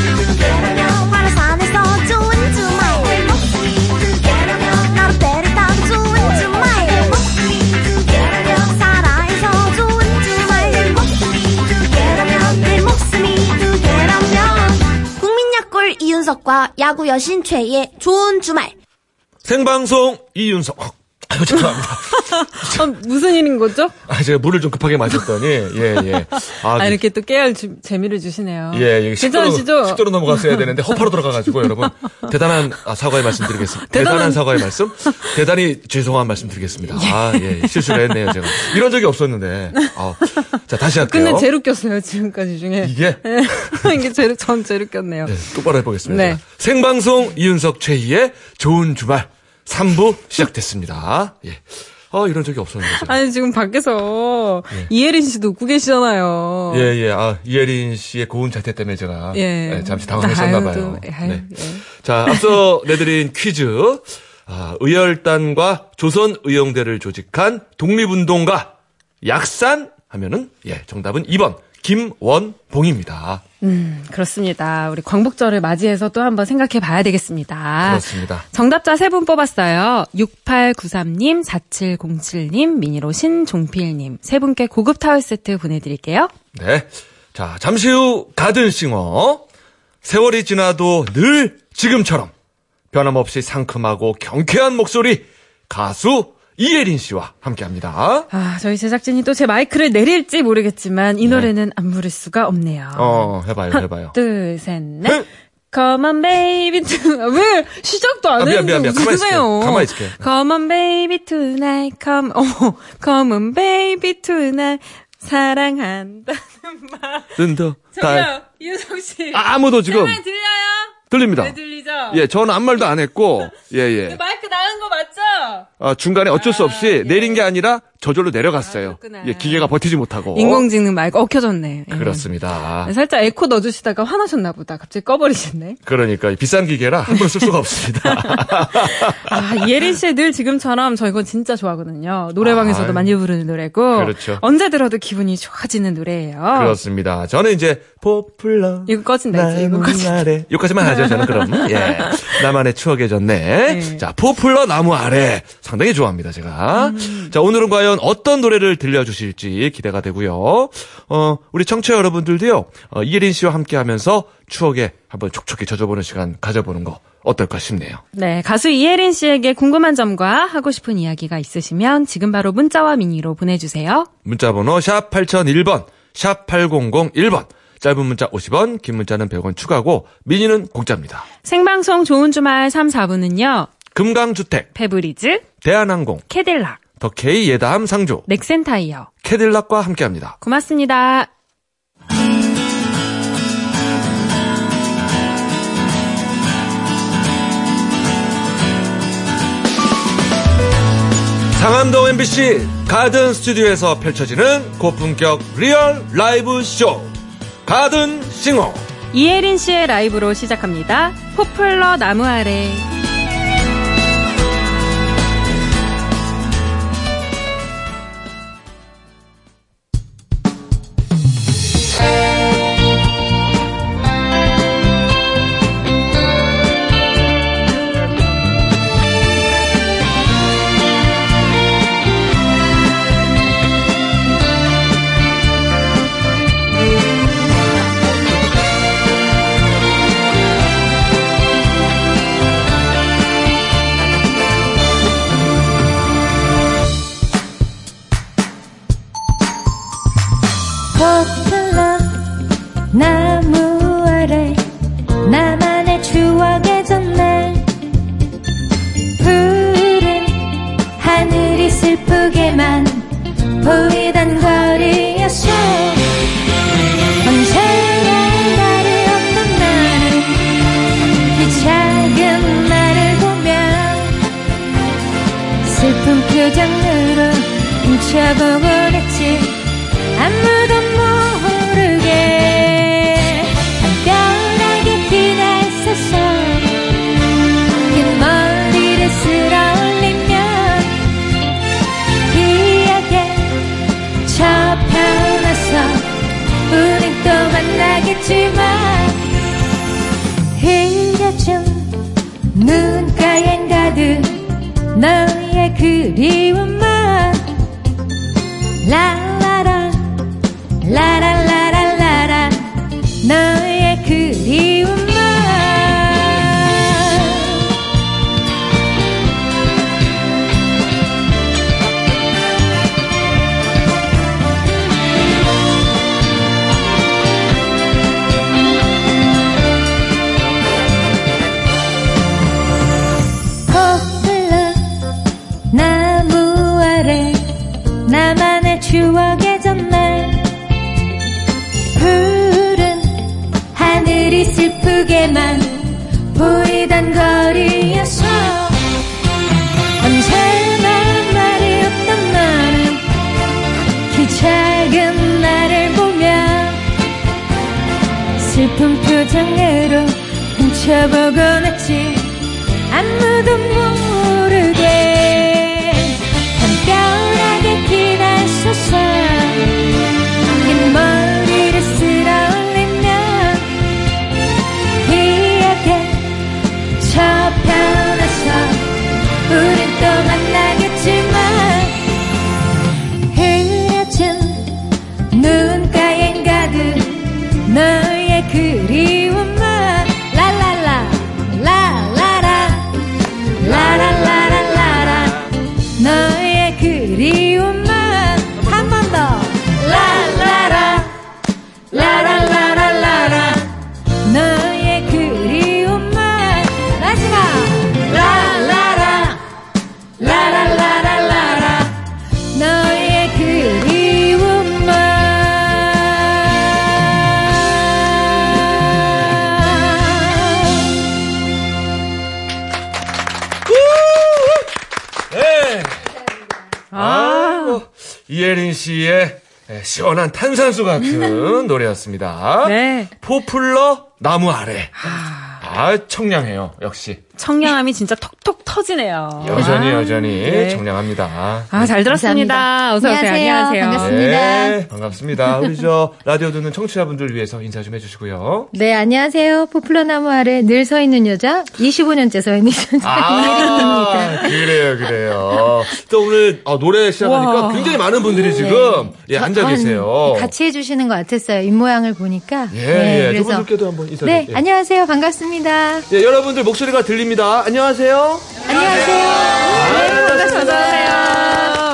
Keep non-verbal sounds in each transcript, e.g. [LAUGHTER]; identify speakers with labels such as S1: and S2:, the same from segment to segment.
S1: 그게라며 파라산에서 좋은 주말 그게라며 나로 배를 타고 좋은 주말 그게라며 사라에서 좋은 주말 그게라며 내 목숨이 그게라며 국민약골 이윤석과 야구 여신 최희의 좋은 주말
S2: 생방송 이윤석. 어, 아유, 죄송합니다.
S3: 아, 무슨 일인 거죠?
S2: 아, 제가 물을 좀 급하게 마셨더니, [LAUGHS] 예, 예. 아,
S3: 아, 이렇게 또 깨알 주- 재미를 주시네요.
S2: 예, 예.
S3: 괜찮으시죠?
S2: 10도로, 넘어갔어야 되는데, 허파로 돌아가가지고, 여러분. 대단한 아, 사과의 말씀 드리겠습니다. 대단한,
S3: [LAUGHS] 대단한-
S2: 사과의 말씀? 대단히 죄송한 말씀 드리겠습니다. 아, 예. 실수를 했네요, 제가. 이런 적이 없었는데. 아, 자, 다시 할게요.
S3: 근데 제일 웃겼어요, 지금까지 중에.
S2: 이게?
S3: [LAUGHS] 예. 이게 제일, 전 제일 웃겼네요.
S2: 네, 똑바로 해보겠습니다.
S3: 네.
S2: 생방송 이윤석 최희의 좋은 주말 3부 시작됐습니다. 예. 어, 이런 적이 없었는데. 제가.
S3: 아니, 지금 밖에서 이혜린 씨도 웃고 계시잖아요.
S2: 예, 예. 아, 이혜린 씨의 고운 자태 때문에 제가
S3: 어. 예.
S2: 예, 잠시 당황했었나봐요.
S3: 아유, 또, 아유,
S2: 네.
S3: 예.
S2: 자,
S3: [LAUGHS]
S2: 앞서 내드린 퀴즈. 아, 의열단과 조선의용대를 조직한 독립운동가 약산 하면은, 예, 정답은 2번. 김원봉입니다.
S3: 음, 그렇습니다. 우리 광복절을 맞이해서 또 한번 생각해 봐야 되겠습니다.
S2: 그렇습니다.
S3: 정답자 세 분 뽑았어요. 6893님, 4707님, 미니로 신종필님. 세 분께 고급 타월 세트 보내드릴게요.
S2: 네. 자, 잠시 후 가든싱어. 세월이 지나도 늘 지금처럼 변함없이 상큼하고 경쾌한 목소리 가수 이예린 씨와 함께 합니다.
S3: 아, 저희 제작진이 또 제 마이크를 내릴지 모르겠지만 이 노래는 안 부를 수가 없네요.
S2: 네. 어, 해봐요, 해봐요.
S3: 아. 둘, 셋, 넷.
S2: 흥!
S3: Come on, baby, tonight. 왜? 시작도 안
S2: 아, 미안,
S3: 했는데
S2: 미안, 미안. 가만히 있을게.
S3: 웃으세요.
S2: 가만히 있을게.
S3: Come on, baby, tonight. Come, [LAUGHS] 어머. Come on, baby, tonight. 사랑한다.
S2: 뜬다. 다-
S3: 저기요, 네, 이효정 씨.
S2: 아, 아무도 지금
S3: 제발 들려요?
S2: 들립니다.
S3: 왜 들리죠?
S2: 예, 저는 아무 말도 안 했고, 예,
S3: 그
S2: 예.
S3: 마이크 나은 거 맞죠?
S2: 아, 중간에 어쩔 수 없이
S3: 아, 예.
S2: 내린 게 아니라 저절로 내려갔어요.
S3: 아, 그렇구나.
S2: 예, 기계가 버티지 못하고.
S3: 인공지능 마이크 엉켜졌네. 예.
S2: 그렇습니다.
S3: 살짝 에코 넣어주시다가 화나셨나 보다. 갑자기 꺼버리셨네.
S2: 그러니까 이 비싼 기계라 한 번 쓸 수가
S3: [LAUGHS]
S2: 없습니다.
S3: 아, 이예린 씨의 늘 지금처럼 저 이건 진짜 좋아하거든요. 노래방에서도
S2: 아유.
S3: 많이 부르는 노래고.
S2: 그렇죠.
S3: 언제 들어도 기분이 좋아지는 노래예요.
S2: 그렇습니다. 저는 이제 포플러
S3: 이거 꺼진다, 네,
S2: 나의
S3: 이제. 이거 꺼진다.
S2: 아래 여기까지만 하죠 저는 그럼 [LAUGHS] 예 나만의 추억의 전네
S3: 네.
S2: 자 포플러 나무 아래 상당히 좋아합니다 제가 자 오늘은 과연 어떤 노래를 들려주실지 기대가 되고요 어 우리 청취자 여러분들도요 어, 이예린 씨와 함께하면서 추억에 한번 촉촉히 젖어보는 시간 가져보는 거 어떨까 싶네요
S3: 네, 가수 이예린 씨에게 궁금한 점과 하고 싶은 이야기가 있으시면 지금 바로 문자와 미니로 보내주세요.
S2: 문자번호 샵 8001번, 샵 8001번. 짧은 문자 50원, 긴 문자는 100원 추가고, 미니는 공짜입니다.
S3: 생방송 좋은 주말 3, 4부는요.
S2: 금강주택,
S3: 페브리즈,
S2: 대한항공,
S3: 캐딜락,
S2: 더케이 예담 상조,
S3: 넥센타이어.
S2: 캐딜락과 함께합니다.
S3: 고맙습니다.
S2: 상암동 MBC 가든 스튜디오에서 펼쳐지는 고품격 리얼 라이브 쇼. 가든 싱어.
S3: 이혜린 씨의 라이브로 시작합니다. 포플러 나무 아래.
S4: 포플러 나무 아래 나만의 추억의 전날 푸른 하늘이 슬프게만 보이던 거리였어 언제나 날이 없던 나는 그 작은 나를 보며 슬픈 표정으로 훔쳐보고 그랬지 아무도 모르게 한별하게 피나 있었어 긴그 머리를 쓸어 올리면 기억에 저편에서 우린 또 만나겠지만 그리움만 라라라 라라라라라라 너의 그리움만 거슬러 나무 아래 나만의 추억의 전날 푸른 하늘이 슬프게만 보이던 거리에서 언제나 말이 없던 나는 키 작은 나를 보며 슬픈 표정으로 훔쳐보곤 했지 아무도 모르게 한겨울하게 기다려서 긴 머리를 쓸어올리면 기억에 저편에서 우린 또 만나겠지만 흐려진 눈가엔 가득 너의 그리움만 라라라 라라라 라라라라라라 너의 그리움만 한 번 더 라라라 라라라라라라 너의 그리움만 마지막 라라라 라라라라라라 너의 그리움만
S2: 네. 아, 뭐, 이혜린 씨의 시원한 탄산수 같은 노래였습니다.
S3: 네.
S2: 포플러 나무 아래. 아, 청량해요. 역시.
S3: 청량함이 진짜 톡톡 터지네요.
S2: 여전히,
S3: 아,
S2: 여전히
S3: 네.
S2: 청량합니다.
S3: 아, 잘 들었습니다.
S4: 감사합니다.
S3: 어서 오세요.
S4: 안녕하세요.
S3: 안녕하세요.
S4: 반갑습니다.
S2: 네, 반갑습니다. 우리 저 라디오 듣는 청취자분들 위해서 인사 좀 해주시고요.
S4: 네, 안녕하세요. 포플러 나무 아래 늘 서 있는 여자, 25년째 서 있는 여자.
S2: 아, 그래요, 그래요. 또 오늘 어, 노래 시작하니까
S3: 와.
S2: 굉장히 많은 분들이 지금 예, 앉아 계세요.
S4: 네. 어, 같이 해주시는 것 같았어요. 입모양을 보니까.
S2: 예,
S4: 네,
S2: 예.
S4: 그래서.
S2: 저분들께도 한번 인사
S4: 네,
S2: 좀. 예.
S4: 안녕하세요. 반갑습니다.
S2: 예, 여러분들 목소리가 들립니다. 안녕하세요.
S4: 안녕하세요.
S3: 어서 오세요.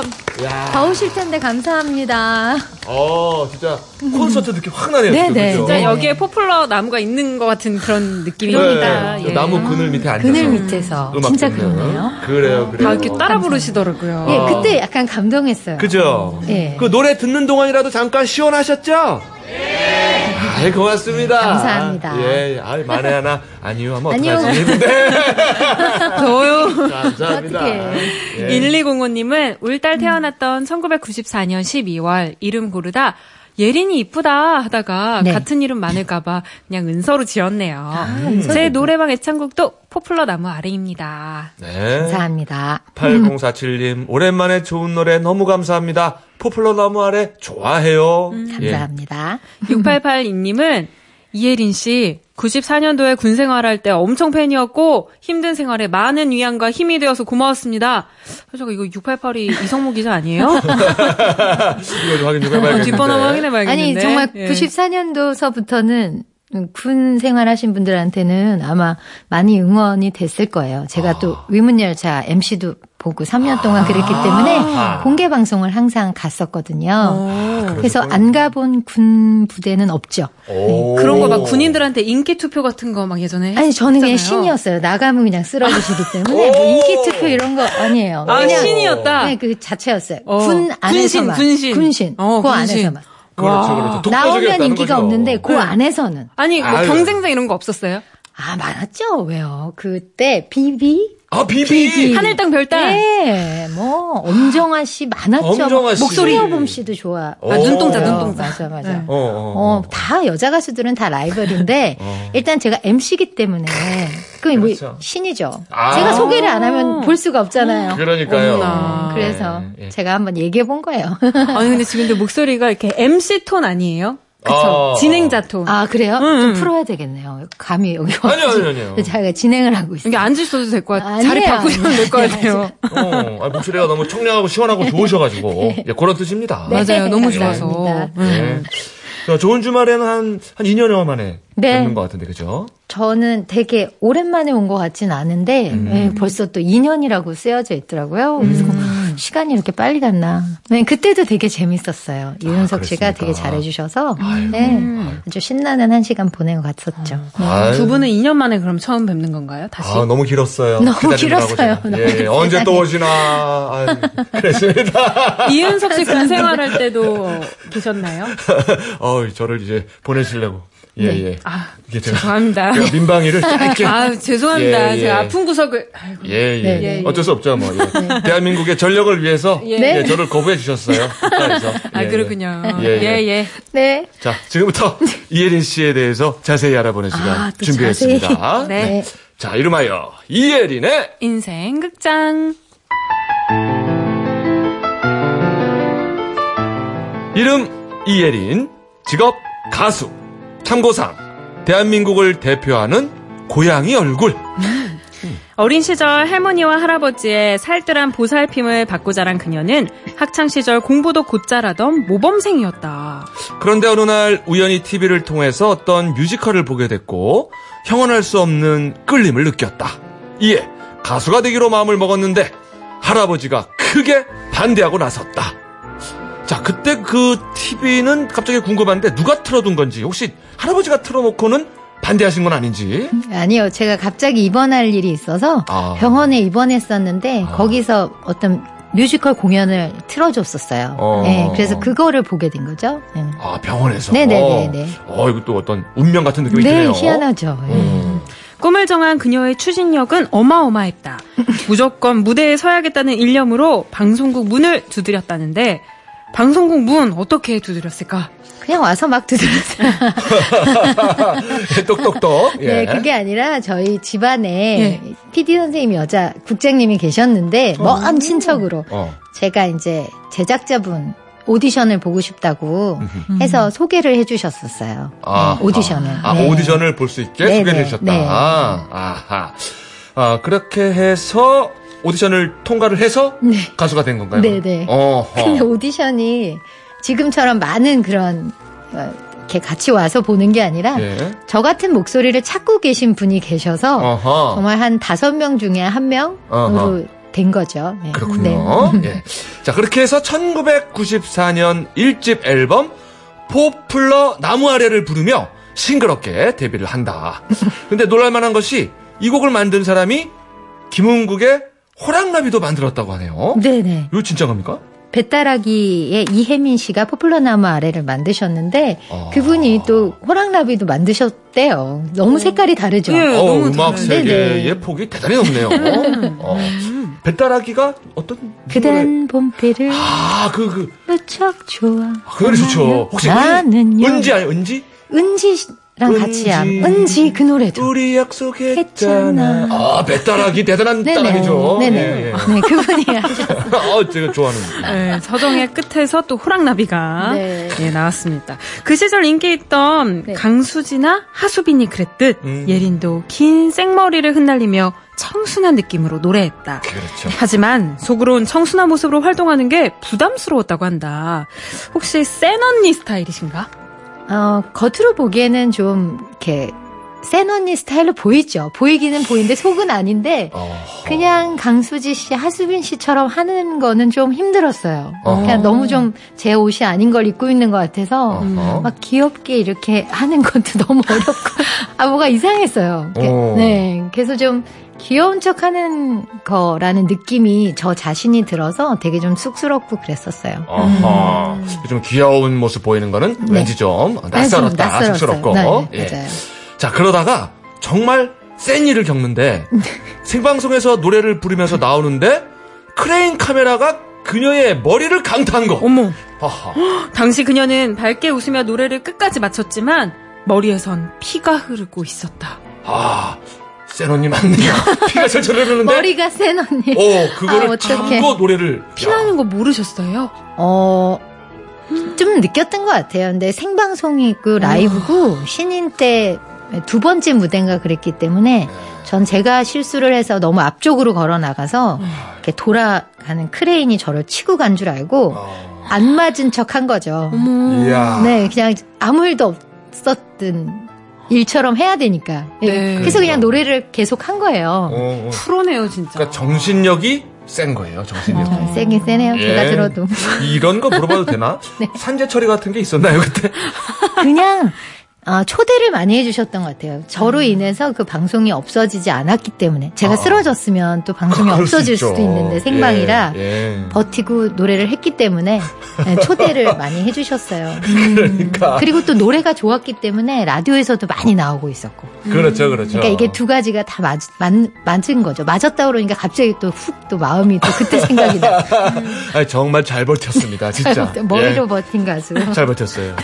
S4: 더우실 텐데 감사합니다.
S2: 어, 진짜 콘서트 느낌 확 나네요.
S4: 네,
S2: 지금,
S4: 네.
S2: 그죠?
S3: 진짜
S4: 네.
S3: 여기에 포플러 나무가 있는 것 같은 그런 느낌입니다.
S2: 네,
S3: 예.
S2: 나무 그늘 밑에 앉아서
S4: 그늘 밑에서.
S2: 음악
S4: 진짜
S2: 듣는.
S4: 그러네요.
S2: 그래요, 그래요.
S3: 다 아, 이렇게 따라 부르시더라고요.
S4: 예,
S2: 아.
S4: 그때 약간 감동했어요.
S2: 그죠?
S4: 예.
S2: 그 노래 듣는 동안이라도 잠깐 시원하셨죠? 네. 아이, 고맙습니다.
S4: 감사합니다.
S2: 예, 아이, 만에 하나, 아니요 하면
S4: 아니요.
S2: 어떡하지?
S3: 저요.
S2: 감사합니다.
S4: 어떡해.
S2: 예.
S3: 1205님은 울달 태어났던 1994년 12월 이름 고르다 예린이 이쁘다 하다가
S4: 네. 아,
S3: 같은 이름 많을까봐 그냥 은서로 지었네요. 제 노래방 애창곡도 포플러 나무 아래입니다.
S2: 네.
S4: 감사합니다.
S2: 8047님, 오랜만에 좋은 노래 너무 감사합니다. 포플러 나무 아래 좋아해요. 예.
S4: 음, 감사합니다.
S3: 6882님은 이예린 씨 94년도에 군 생활할 때 엄청 팬이었고 힘든 생활에 많은 위안과 힘이 되어서 고마웠습니다. 잠깐 이거 6882 이성모 기자
S2: [LAUGHS]
S3: 아니에요?
S2: 네. 이거 좀 확인 좀
S4: 어,
S2: 해봐야겠는데.
S3: 뒷번호 확인해 봐야겠는데.
S4: 아니, 정말
S3: 예.
S4: 94년도서부터는 군 생활하신 분들한테는 아마 많이 응원이 됐을 거예요. 제가 또
S3: 아.
S4: 위문열차 MC도 보고 3년 동안 그랬기
S3: 아.
S4: 때문에 공개 방송을 항상 갔었거든요.
S3: 오.
S4: 그래서 안 네, 가본 군 부대는 없죠.
S2: 오.
S3: 그런 거 막 군인들한테 인기 투표 같은 거 막 예전에
S4: 아니 저는 그냥
S3: 네, 했었잖아요.
S4: 신이었어요. 나가면 그냥 쓰러지시기 때문에 뭐
S2: 오.
S4: 인기 투표 이런 거 아니에요.
S3: 아,
S4: 그냥
S3: 신이었다.
S4: 네, 그 자체였어요.
S3: 어.
S4: 군 안에서만
S3: 군신, 군신. 어,
S4: 그
S3: 군신.
S4: 안에서만
S2: 그렇죠, 그렇죠.
S4: 나오면
S2: 독보적이었다는
S4: 인기가
S2: 거죠.
S4: 없는데 그
S3: 네.
S4: 안에서는
S3: 아니 뭐
S2: 아유.
S3: 경쟁자 이런 거 없었어요?
S4: 아 많았죠 왜요 그때 비비
S2: 아, 비비!
S4: 비비.
S3: 하늘 땅 별땅.
S4: 네. 네뭐 엄정화 씨 많았죠
S2: 엄정화 씨.
S4: 목소리 여봄 씨도 좋아
S2: 아, 눈동자,
S3: 눈동자.
S4: 맞아 맞아
S3: 네.
S2: 어, 어,
S4: 어, 다 여자 가수들은 다 라이벌인데
S2: [LAUGHS] 어.
S4: 일단 제가 MC기 때문에 그게 뭐
S2: 그렇죠.
S4: 신이죠.
S2: 아. 음.
S4: 제가 소개를 안 하면 볼 수가 없잖아요.
S2: 그러니까요.
S3: 어머나.
S4: 그래서
S2: 예, 예.
S4: 제가 한번 얘기해 본 거예요. [LAUGHS]
S3: 아니 근데 지금 근데 목소리가 이렇게 MC 톤 아니에요?
S2: 아.
S3: 진행자 톤.
S4: 아, 그래요?
S3: 응,
S4: 좀
S3: 응.
S4: 풀어야 되겠네요. 감이 여기 와서.
S2: 음, 아니요,
S4: [LAUGHS]
S2: 아니요, 아니요.
S4: 그래서 자기가 진행을 하고 있어요.
S3: 여기 앉아 있어도 될 것 같아요. 자리
S4: 아니에요.
S3: 바꾸셔도 될 것 같아요.
S2: 어, 아니, 목소리가 너무 청량하고 시원하고
S4: [LAUGHS]
S2: 좋으셔가지고 예, 그런 뜻입니다.
S4: 네. 음.
S3: 맞아요. 너무 좋아서.
S4: 감사합니다.
S2: 네. 자, 좋은 주말에는 한, 한 2년여 만에
S4: 네.
S2: 뵙는 것 같은데, 그죠?
S4: 저는 되게 오랜만에 온 것 같진 않은데
S2: 음.
S4: 예, 벌써 또 2년이라고 쓰여져 있더라고요. 그래서 뭐, 시간이 이렇게 빨리 갔나. 네, 그때도 되게 재밌었어요. 이윤석
S2: 아, 그랬습니까?
S4: 씨가 되게 잘해주셔서
S2: 아이고.
S4: 네, 아주 신나는 한 시간 보내고 갔었죠.
S2: 아유.
S3: 두 분은 2년 만에 그럼 처음 뵙는 건가요? 다시?
S2: 아, 너무 길었어요.
S4: 너무
S2: 기다리느라고
S4: 길었어요.
S2: 제가.
S4: 너무
S2: 예, 예, 언제 또 오시나. 아유, 그랬습니다. [LAUGHS]
S3: 이윤석 씨 군생활 할 때도 계셨나요?
S2: 어, 저를 이제 보내시려고. 예, 예.
S3: 아,
S2: 이게 제가,
S3: 죄송합니다.
S2: 제가 민방위를 짧게.
S3: 아, 죄송합니다.
S2: 네. 예, 예.
S3: 제가 아픈 구석을. 아이고.
S2: 예, 예.
S4: 네,
S3: 네.
S2: 어쩔 수 없죠, 뭐. 예. 대한민국의 전력을 위해서
S3: 예.
S2: 예,
S4: 네.
S2: 저를 거부해 주셨어요. 국가에서.
S3: 아,
S2: 예, 예.
S3: 그렇군요.
S2: 예,
S3: 예,
S2: 예.
S3: 예.
S4: 네.
S2: 자, 지금부터 이예린 씨에 대해서 자세히 알아보는 시간
S4: 아, 또
S2: 준비했습니다.
S4: 자세히.
S2: 네.
S3: 네.
S2: 자, 이름하여 이예린의
S3: 인생 극장.
S2: 이름 이예린, 직업 가수, 참고상 대한민국을 대표하는 고양이 얼굴.
S3: 어린 시절 할머니와 할아버지의 살뜰한 보살핌을 받고 자란 그녀는 학창 시절 공부도 곧잘하던 모범생이었다.
S2: 그런데 어느 날 우연히 TV를 통해서 어떤 뮤지컬을 보게 됐고 형언할 수 없는 끌림을 느꼈다. 이에 가수가 되기로 마음을 먹었는데 할아버지가 크게 반대하고 나섰다. 자, 그때 그 TV는 갑자기 궁금한데 누가 틀어둔 건지 혹시 할아버지가 틀어놓고는 반대하신 건 아닌지.
S4: 아니요, 제가 갑자기 입원할 일이 있어서
S2: 아.
S4: 병원에 입원했었는데
S2: 아.
S4: 거기서 어떤 뮤지컬 공연을 틀어줬었어요.
S2: 어.
S4: 네, 그래서 그거를 보게 된 거죠. 네.
S2: 아, 병원에서.
S4: 네네네네.
S2: 어, 이거 또 어떤 운명 같은 느낌이
S4: 네,
S2: 드네요.
S4: 희한하죠. 예.
S2: 음. [LAUGHS]
S3: 꿈을 정한 그녀의 추진력은 어마어마했다. 무조건 무대에 서야겠다는 일념으로 방송국 문을 두드렸다는데 방송국 문 어떻게 두드렸을까?
S4: 그냥 와서 막 두드렸어요.
S2: 똑똑똑. 예.
S4: [LAUGHS] 네, 그게 아니라 저희 집안에
S3: 예.
S4: PD 선생님 여자 국장님이 계셨는데 먼 친척으로
S2: 어.
S4: 제가 이제 제작자분 오디션을 보고 싶다고 해서 소개를 해주셨었어요.
S2: 아,
S4: 네, 오디션을.
S2: 아, 아,
S4: 네.
S2: 오디션을 볼 수 있게
S4: 네,
S2: 소개를
S4: 네,
S2: 해주셨다.
S4: 네.
S2: 아하. 아, 그렇게 해서 오디션을 통과를 해서
S4: 네.
S2: 가수가 된 건가요?
S4: 네, 네.
S2: 어허.
S4: 근데 오디션이 지금처럼 많은 그런 어, 이렇게 같이 와서 보는 게 아니라
S2: 예.
S4: 저 같은 목소리를 찾고 계신 분이 계셔서
S2: 어허.
S4: 정말 한 다섯 명 중에 한 명으로
S2: 어허.
S4: 된 거죠. 네. 네.
S2: 그렇군요. 예. 자, 그렇게 해서 1994년 1집 앨범 포플러 나무 아래를 부르며 싱그럽게 데뷔를 한다. 근데 놀랄만한 것이 이 곡을 만든 사람이 김은국의 호랑나비도 만들었다고 하네요.
S4: 네네.
S2: 이거 진짜 겁니까?
S4: 배따라기의 이혜민 씨가 포플러나무 아래를 만드셨는데
S2: 아.
S4: 그분이 또 호랑나비도 만드셨대요. 너무 색깔이 다르죠.
S3: 예.
S2: 어,
S3: 너무
S2: 음악
S3: 잘해.
S2: 세계의
S4: 네, 네네.
S2: 폭이 대단히 넓네요.
S4: [LAUGHS]
S2: 어. 배따라기가 어떤 노래?
S4: 그댄 봄비를
S2: 아, 그, 그,
S4: 무척 좋아.
S2: 아, 그 노래 좋죠. 혹시 은,
S4: 나는요.
S2: 은지 아니 은지?
S4: 은지 씨랑 같이 한
S2: 은지. 음,
S4: 은지 그 노래죠.
S2: 우리 약속했잖아.
S4: 했잖아.
S2: 아, 배따라기 대단한 따라기죠.
S4: 네네.
S2: 예, [LAUGHS] 예.
S4: 네, 그분이 하셨-
S2: 어, 제가 좋아하는.
S3: 네, 서정의 끝에서 또 호랑나비가
S4: 네.
S3: 예, 나왔습니다. 그 시절 인기 있던
S4: 네.
S3: 강수지나 하수빈이 그랬듯
S2: 음.
S3: 예린도 긴 생머리를 흩날리며 청순한 느낌으로 노래했다.
S2: 그렇죠.
S3: 하지만 속으론 청순한 모습으로 활동하는 게 부담스러웠다고 한다. 혹시 센 언니 스타일이신가?
S4: 어, 겉으로 보기에는 좀 이렇게 센 언니 스타일로 보이죠. 보이기는 보이는데 속은 아닌데
S2: 어.
S4: 그냥 강수지 씨, 하수빈 씨처럼 하는 거는 좀 힘들었어요.
S2: 어허.
S4: 그냥 너무 좀 제 옷이 아닌 걸 입고 있는 것 같아서
S2: 어허.
S4: 음, 막 귀엽게 이렇게 하는 것도 [LAUGHS] 너무 어렵고 아 뭐가 이상했어요. 이렇게,
S2: 어.
S4: 네, 그래서 좀 귀여운 척하는 거라는 느낌이 저 자신이 들어서 되게 좀 쑥스럽고 그랬었어요.
S2: 어허. 좀 귀여운 모습 보이는 거는
S4: 네.
S2: 왠지 좀
S4: 좀
S2: 낯설었다,
S4: 낯설었어요.
S2: 쑥스럽고.
S4: 네,
S2: 예.
S4: 맞아요.
S2: 자, 그러다가 정말 센 일을
S4: [LAUGHS]
S2: 겪는데 생방송에서 노래를 부르면서 나오는데 크레인 카메라가 그녀의 머리를 강타한 거.
S3: 어머,
S2: 아하.
S3: 당시 그녀는 밝게 웃으며 노래를 끝까지 마쳤지만 머리에선 피가 흐르고 있었다.
S2: 아, 센 언니 맞네요. [LAUGHS] 피가 절절 흐르는데.
S4: 머리가 센 언니. [LAUGHS]
S2: 오, 어, 그거를
S4: 아, 어떡해.
S2: 참고 노래를.
S3: 피나는 거 모르셨어요?
S4: 어 좀 느꼈던 것 같아요. 근데 생방송이고 그
S2: 어.
S4: 라이브고 신인 때 두 번째 무대인가 그랬기
S2: 네.
S4: 때문에 전 제가 실수를 해서 너무 앞쪽으로 걸어 나가서
S2: 음.
S4: 이렇게 돌아가는 크레인이 저를 치고 간 줄 알고
S2: 어.
S4: 안 맞은 척 한 거죠.
S2: 음. 이야.
S4: 네, 그냥 아무 일도 없었던 일처럼 해야 되니까. 예,
S3: 네.
S4: 그래서 그냥 노래를 계속 한 거예요.
S2: 어, 어.
S3: 프로네요 진짜.
S2: 그러니까 정신력이 센 거예요, 정신력이.
S4: 어, 세긴 세네요. 제가
S2: 예.
S4: 들어도. 네.
S2: 이런 거 물어봐도
S4: [LAUGHS]
S2: 되나? 산재 처리 같은 게 있었나요, 그때?
S4: 그냥 아, 초대를 많이 해주셨던 것 같아요. 저로 인해서 그 방송이 없어지지 않았기 때문에
S2: 음.
S4: 제가
S2: 아.
S4: 쓰러졌으면 또 방송이
S2: [LAUGHS] 그럴 수
S4: 아, 없어질
S2: 있죠.
S4: 수도 있는데 생방이라
S2: 예, 예.
S4: 버티고 노래를 했기 때문에 네,
S2: [LAUGHS]
S4: 초대를 많이 해주셨어요. 음.
S2: 그러니까.
S4: 그리고 또 노래가 좋았기 때문에 라디오에서도 많이 나오고 있었고.
S2: 그렇죠, 그렇죠.
S4: 그러니까 이게 두 가지가 다 맞, 맞, 맞은 거죠. 맞았다 그러니까 갑자기 또 훅 또 마음이 또 그때 생각이 나.
S2: 아니, 정말 잘
S4: [LAUGHS]
S2: 버텼습니다, [LAUGHS] 진짜.
S4: 머리로
S2: 예. [LAUGHS]
S4: 버틴 가수.
S2: 잘 버텼어요.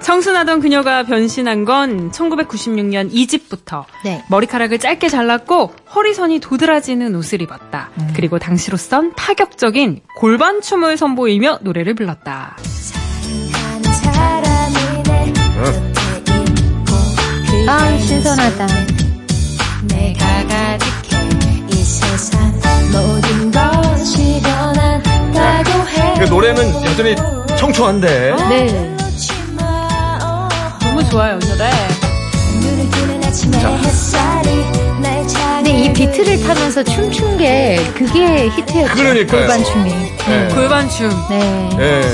S3: 청순하던 그녀가 변신한 건 1996년 2집부터
S4: 네.
S3: 머리카락을 짧게 잘랐고 허리선이 도드라지는 옷을 입었다.
S2: 음.
S3: 그리고 당시로선 파격적인 골반춤을 선보이며 노래를 불렀다.
S4: 아, 신선하다.
S1: 내가 가득해 이 세상 모든 것이 변한다고 해
S2: 그러니까 노래는 여전히 청초한데.
S4: 네.
S3: 너무 좋아요, 이 노래.
S4: 근데 네, 이 비트를 타면서 춤춘 게 그게 히트였죠.
S2: 그러니까요.
S4: 골반춤이.
S2: 예.
S3: 골반춤.
S4: 네.
S2: 예.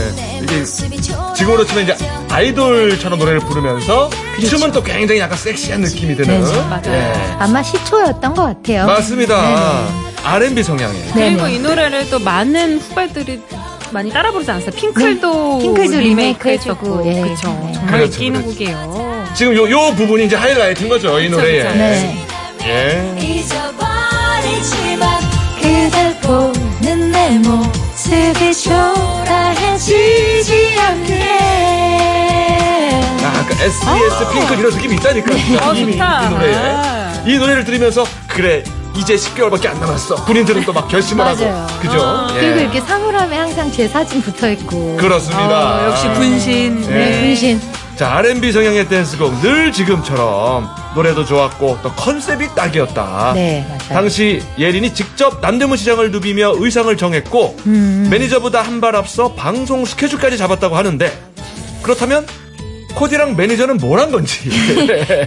S2: 이게 지금으로 치면 이제 아이돌처럼 노래를 부르면서 춤은 또 굉장히 약간 섹시한 느낌이 드는.
S4: 네,
S3: 맞아요.
S4: 아마 시초였던 것 같아요.
S2: 맞습니다. R&B 성향의.
S3: 그리고
S4: 네네.
S3: 이 노래를 또 많은 후배들이 많이 따라 부르지 않았어요. 핑클도
S4: 네. 핑클도 리메이크
S3: 리메이크했었고,
S4: 해주고, 예.
S3: 그쵸.
S4: 네.
S3: 정말
S2: 그렇죠,
S3: 인기 있는
S2: 그렇죠.
S3: 곡이에요.
S2: 지금 요, 요 부분이 이제 하이라이트인 거죠, 이 노래에.
S3: 그쵸.
S4: 네.
S2: 예.
S1: 잊어버리지만 그댈 보는 내 모습이 초라해지지 않게
S2: 아, 아까 SES 핑클 이런 느낌이 있다니까.
S3: 어,
S2: 이미
S3: 좋다.
S2: 이 노래에.
S3: 아.
S2: 이 노래를 들으면서, 그래, 이제 10개월밖에 안 남았어. 군인들은 또 막 결심을 하고.
S4: 맞아요.
S2: 그죠?
S4: 그리고
S2: 예.
S4: 이렇게 사물함에 항상 제 사진 붙어 있고.
S2: 그렇습니다.
S3: 어, 역시 분신.
S4: 네, 분신.
S2: 자, R&B 성향의 댄스곡 늘 지금처럼 노래도 좋았고 또 컨셉이 딱이었다.
S4: 네, 맞아요.
S2: 당시 예린이 직접 남대문 시장을 누비며 의상을 정했고
S4: 음.
S2: 매니저보다 한 발 앞서 방송 스케줄까지 잡았다고 하는데 그렇다면 코디랑 매니저는 뭘 한
S4: [LAUGHS]
S2: 건지.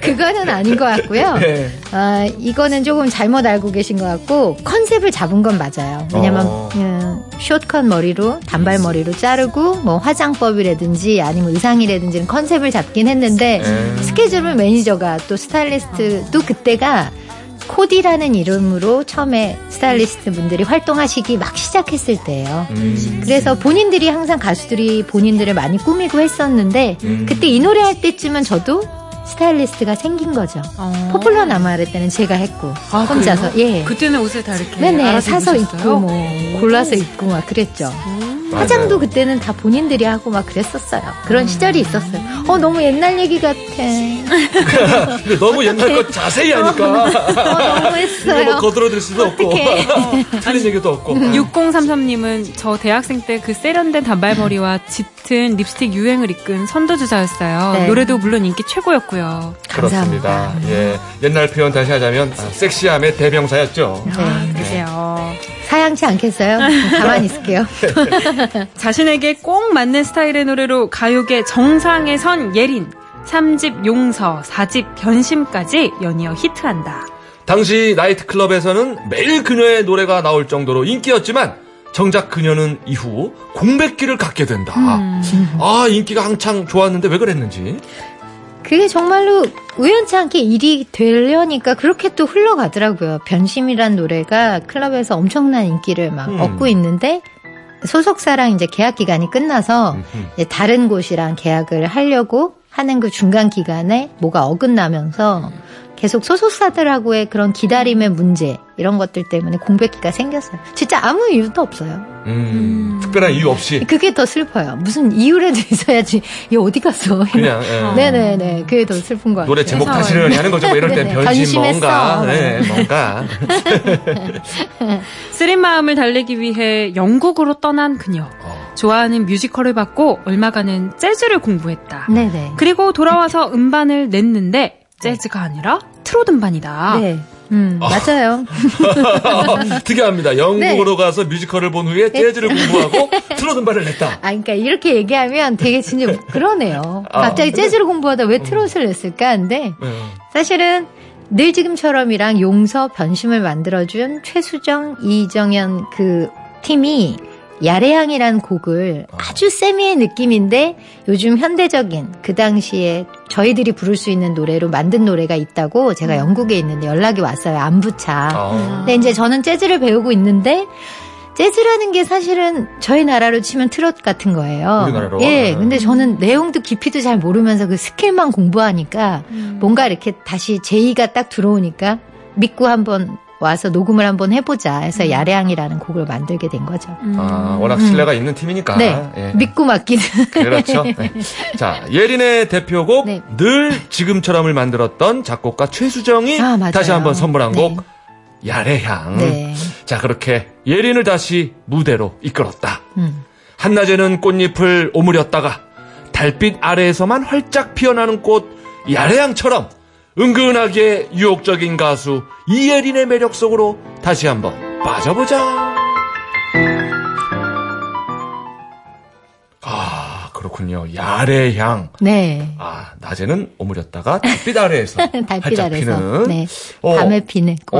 S4: 그거는 아닌 것
S2: [LAUGHS]
S4: 같고요.
S2: 예.
S4: 아, 이거는 조금 잘못 알고 계신 것 같고 컨셉을 잡은 건 맞아요. 왜냐면
S2: 어.
S4: 음, 숏컷 머리로 단발 머리로 자르고 뭐 화장법이라든지 아니면 의상이라든지는 컨셉을 잡긴 했는데
S2: 예.
S4: 스케줄은 매니저가 또 스타일리스트도 그때가 코디라는 이름으로 처음에 스타일리스트 분들이 활동하시기 막 시작했을 때예요. 그래서 본인들이 항상 가수들이 본인들을 많이 꾸미고 했었는데
S2: 음.
S4: 그때 이 노래 할 때쯤은 저도 스타일리스트가 생긴 거죠.
S3: 어.
S4: 포플러 남아를 때는 제가 했고 혼자서 예.
S3: 아, 그때는 옷을 다 이렇게
S4: 네네
S3: 알아서
S4: 사서
S3: 입으셨어요?
S4: 입고 뭐 골라서 입고 막 그랬죠. 화장도 그때는 다 본인들이 하고 막 그랬었어요.
S3: 음.
S4: 그런 시절이 있었어요. 어 너무 옛날 얘기 같아.
S2: 근데 너무 옛날 거 자세히 하니까
S4: 어
S2: [LAUGHS]
S4: 너무
S2: 이거 뭐
S4: 했어요.
S2: 거들어들 수도 없고 [LAUGHS] 틀린 얘기도 없고.
S3: 6033님은 저 대학생 때 그 세련된 단발머리와 짙은 립스틱 유행을 이끈 선도주자였어요.
S4: 네.
S3: 노래도 물론 인기 최고였고요.
S2: 그렇습니다. 예. 옛날 표현 다시 하자면 아, 섹시함의 대명사였죠.
S3: 아, 그러세요.
S4: 사양치 않겠어요? 가만히 있을게요.
S3: 자신에게 꼭 맞는 스타일의 노래로 가요계 정상에 선 예린. 3집 용서, 4집 변심까지 연이어 히트한다.
S2: 당시 나이트클럽에서는 매일 그녀의 노래가 나올 정도로 인기였지만 정작 그녀는 이후 공백기를 갖게 된다. 아 인기가 한창 좋았는데 왜 그랬는지.
S4: 그게 정말로 우연치 않게 일이 되려니까 그렇게 또 흘러가더라고요. 변심이란 노래가 클럽에서 엄청난 인기를 막
S2: 음.
S4: 얻고 있는데 소속사랑 이제 계약 기간이 끝나서
S2: 음흠.
S4: 이제 다른 곳이랑 계약을 하려고 하는 그 중간 기간에 뭐가 어긋나면서 계속 소속사들하고의 그런 기다림의 문제 이런 것들 때문에 공백기가 생겼어요. 진짜 아무 이유도 없어요.
S2: 음, 특별한 이유 없이
S4: 그게 더 슬퍼요. 무슨 [LAUGHS] 이유라도 있어야지. 얘 어디 갔어?
S2: 그냥 예.
S4: 아. 네네네. 그게 더 슬픈 것 같아요.
S2: 노래 제목
S3: 세상에.
S2: 다시려니 하는 거죠. 뭐 이럴 땐
S4: 네네.
S2: 변신
S4: 변심했어.
S2: 뭔가, 네, 뭔가.
S3: 쓰린 마음을 달래기 위해 영국으로 떠난 그녀. 좋아하는 뮤지컬을 받고 얼마간은 재즈를 공부했다.
S4: 네네.
S3: 그리고 돌아와서 음반을 냈는데 재즈가 아니라 트롯 음반이다.
S4: 네. 음, 맞아요.
S2: 어. 특이합니다. 영국으로 가서 뮤지컬을 본 후에 재즈를 공부하고 트롯 음반을 냈다.
S4: 아, 그러니까 이렇게 얘기하면 되게 진짜 그러네요.
S2: 아,
S4: 갑자기 재즈를 공부하다 왜 트롯을 냈을까? 근데
S2: 네.
S4: 사실은 늘 지금처럼이랑 용서 변심을 만들어준 최수정, 이정현 그 팀이 야래향이란 곡을 아주 세미의 느낌인데 요즘 현대적인 그 당시에 저희들이 부를 수 있는 노래로 만든 노래가 있다고 제가 영국에 있는데 연락이 왔어요. 안부차.
S2: 아,
S4: 근데 네, 이제 저는 재즈를 배우고 있는데 재즈라는 게 사실은 저희 나라로 치면 트롯 같은 거예요.
S2: 우리나라로? 네.
S4: 예. 근데 저는 내용도 깊이도 잘 모르면서 그 스킬만 공부하니까 뭔가 이렇게 다시 제의가 딱 들어오니까 믿고 한번 와서 녹음을 한번 해보자 해서 야래향이라는 곡을 만들게 된 거죠.
S3: 음.
S2: 아, 워낙 신뢰가 있는 팀이니까.
S4: 네.
S2: 예.
S4: 믿고 맡기는.
S2: 그렇죠. 네. 자, 예린의 대표곡
S4: 네.
S2: 늘 지금처럼을 만들었던 작곡가 최수정이
S4: 아, 맞아요.
S2: 다시 한번 선물한
S4: 네.
S2: 곡 야래향.
S4: 네.
S2: 자, 그렇게 예린을 다시 무대로 이끌었다.
S4: 음.
S2: 한낮에는 꽃잎을 오므렸다가 달빛 아래에서만 활짝 피어나는 꽃 야래향처럼 은근하게 유혹적인 가수 이예린의 매력 속으로 다시 한번 빠져보자. 아, 그렇군요. 야래향.
S4: 네.
S2: 아, 낮에는 오므렸다가 달빛 아래에서
S4: [LAUGHS] 달빛
S2: 활짝
S4: 아래서.
S2: 피는
S4: 네.
S2: 어.
S4: 밤에 피는
S2: 어,
S4: 꽃.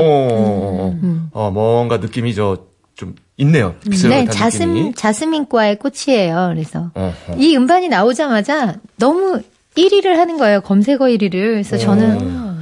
S4: 음,
S2: 어, 어. 어, 뭔가 느낌이 저 좀 있네요.
S4: 네,
S2: 비슷한 느낌이.
S4: 자스민, 자스민과의 꽃이에요. 그래서.
S2: 어허.
S4: 이 음반이 나오자마자 너무 1위를 하는 거예요. 검색어 1위를. 그래서 저는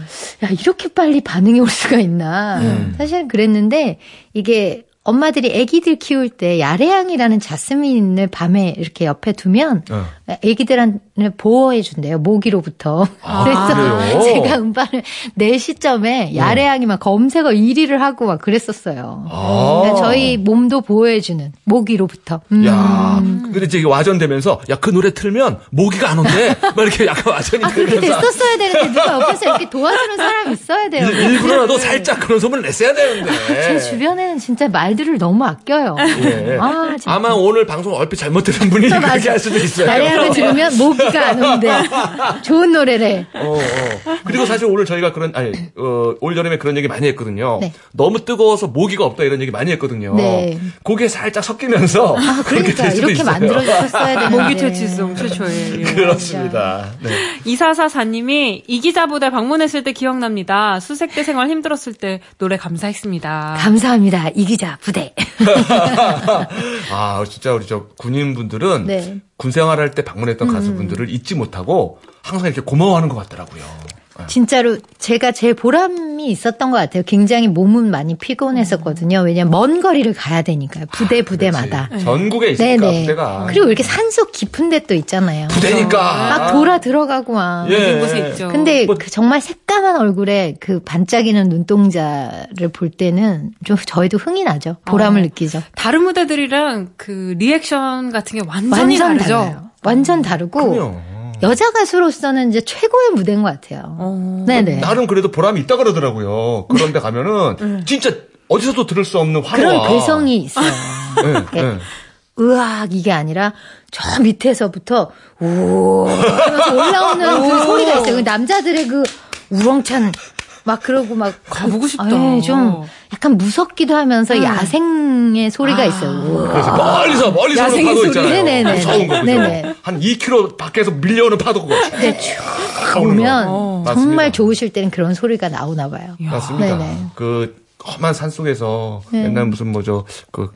S4: 야 이렇게 빨리 반응이 올 수가 있나.
S2: 음.
S4: 사실 그랬는데 이게 엄마들이 아기들 키울 때 야래향이라는 자스민을 밤에 이렇게 옆에 두면
S2: 어.
S4: 아기들을 보호해 준대요. 모기로부터.
S2: 아,
S4: 그래서
S2: 그래요? 네.
S4: 제가 음반을 낼 시점에 야래향이 막 검색어 1위를 하고 막 그랬었어요.
S2: 아.
S4: 그러니까 저희 몸도 보호해 주는 모기로부터. 음.
S2: 야, 근데 이제 이게 와전되면서 야 그 노래 틀면 모기가 안 온대. [LAUGHS] 막 이렇게 약간 와전이
S4: 아, 그렇게
S2: 되면서
S4: 됐었어야 되는데 누가 옆에서 이렇게 도와주는 사람 있어야 돼요.
S2: 일- 일부러라도 살짝 그런 소문을 냈어야
S4: 네. 아, 제
S2: 되는데.
S4: 주변에는 진짜 말들을 너무 아껴요.
S2: 예.
S4: 아, 진짜.
S2: 아마 오늘 방송 얼핏 잘못 들은 분이
S4: 아,
S2: 그렇게 할 수도 있어요.
S4: 나래하고 들으면 모기가 안 오는데 좋은 노래래.
S2: 어, 어. 그리고 사실 오늘 저희가 그런 아니 어, 올 여름에 그런 얘기 많이 했거든요.
S4: 네.
S2: 너무 뜨거워서 모기가 없다 이런 얘기 많이 했거든요.
S4: 네.
S2: 그게 살짝 섞이면서 그렇게
S4: 그러니까
S2: 될 수도
S4: 이렇게
S2: 있어요.
S4: 만들어 주셨어야 되는데.
S3: 모기 퇴치성 최초의. 예.
S2: 네, 그렇습니다. 네. [LAUGHS]
S3: 2444님이 이 기자보다 방문했을 때 기억납니다. 수색대 생활 힘들었을 때 노래 감사했습니다.
S4: 감사합니다. 이 기자 부대. [LAUGHS]
S2: 아, 진짜 우리 저 군인분들은
S4: 네. 음.
S2: 군 생활할 때 방문했던 가수분들을 잊지 못하고 항상 이렇게 고마워하는 것 같더라고요.
S4: 진짜로 제가 제일 보람이 있었던 것 같아요. 굉장히 몸은 많이 피곤했었거든요. 왜냐면 먼 거리를 가야 되니까요. 네, 부대 부대마다.
S2: 아, 그렇지. 전국에 있으니까
S4: 네네.
S2: 부대가
S4: 그리고 이렇게 산속 깊은 데 또 있잖아요.
S2: 부대니까
S4: 막 돌아 들어가고 막.
S2: 예.
S3: 모든 네, 곳에 있죠.
S4: 근데
S2: 뭐-
S4: 그 정말 새까만 얼굴에 그 반짝이는 눈동자를 볼 때는 좀 저희도 흥이 나죠. 보람을
S3: 어.
S4: 느끼죠.
S3: 다른 무대들이랑 그 리액션 같은 게 완전히
S4: 완전
S3: 다르죠.
S4: 달라요. 완전 다르고
S2: 음, 그럼요.
S4: 여자 가수로서는 이제 최고의 무대인 것 같아요.
S3: 어.
S4: 네네.
S2: 나름 그래도 보람이 있다 그러더라고요. 그런데 가면은 진짜 어디서도 들을 수 없는
S4: 음. 그런
S2: 화려와
S4: 괴성이 있어요.
S2: 예, 예.
S4: 으악 이게 아니라 저 밑에서부터 우하면서 올라오는 그 소리가 있어요. 그 남자들의 그 우렁찬 막 그러고 막
S3: 가보고 싶다.
S4: 예, 좀 약간 무섭기도 하면서
S3: 음.
S4: 야생의 소리가 있어요. 우와.
S2: 그래서 멀리서 멀리서 오는
S3: 야생의
S2: 파도
S3: 소리.
S2: 있잖아요.
S4: 네네네.
S2: 무서운 거
S4: 네네.
S2: 그죠? 한 2km 밖에서 밀려오는 파도 그거.
S4: 근데 쭉
S2: 오는
S4: 보면
S2: 거. 맞습니다. 예.
S4: 정말 좋으실 때는 그런 소리가 나오나 봐요.
S2: 맞습니다.
S4: 네네. 네.
S2: 그 험한 산 속에서 맨날 무슨 뭐죠 그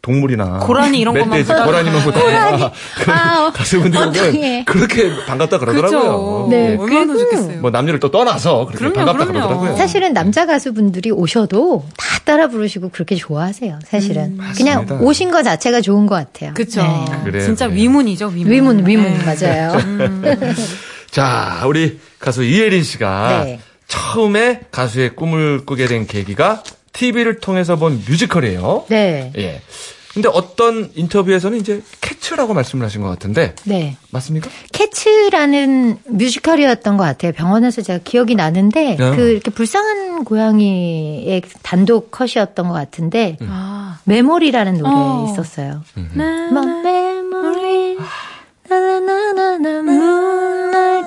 S2: 동물이나
S3: 고라니 이런 것만
S2: 멧돼지
S3: 보다가.
S2: 고라니만 뭐 보다 그
S4: 고라니. 아,
S2: 가수분들
S4: 어떡해.
S2: 보면 그렇게 반갑다
S3: 그렇죠.
S2: 그러더라고요.
S4: 네.
S2: 예.
S3: 얼마나 좋겠어요.
S2: 뭐 남녀를 또 떠나서 그렇게
S3: 그럼요,
S2: 반갑다
S3: 그럼요.
S2: 그러더라고요.
S4: 사실은 남자 가수분들이 오셔도 다 따라 부르시고 그렇게 좋아하세요. 사실은 그냥
S2: 맞습니다.
S4: 오신 거 자체가 좋은 것 같아요.
S3: 그쵸.
S4: 네.
S2: 그래요,
S3: 진짜
S2: 그래요.
S3: 위문이죠, 위문.
S4: 위문 위문
S3: 네.
S4: 맞아요.
S2: 자 우리 가수 이혜린 씨가
S4: 네.
S2: 처음에 가수의 꿈을 꾸게 된 계기가 TV를 통해서 본 뮤지컬이에요.
S4: 네.
S2: 예. 근데 어떤 인터뷰에서는 이제 캐츠라고 말씀을 하신 것 같은데
S4: 네.
S2: 맞습니까?
S4: 캐츠라는 뮤지컬이었던 것 같아요. 병원에서 제가 기억이 나는데
S2: 네.
S4: 그 이렇게 불쌍한 고양이의 단독 컷이었던 것 같은데
S3: 아.
S4: 메모리라는 노래
S3: 어.
S2: 음.
S4: 있었어요.
S3: 나,
S4: 막 메모리 나나나나나 문날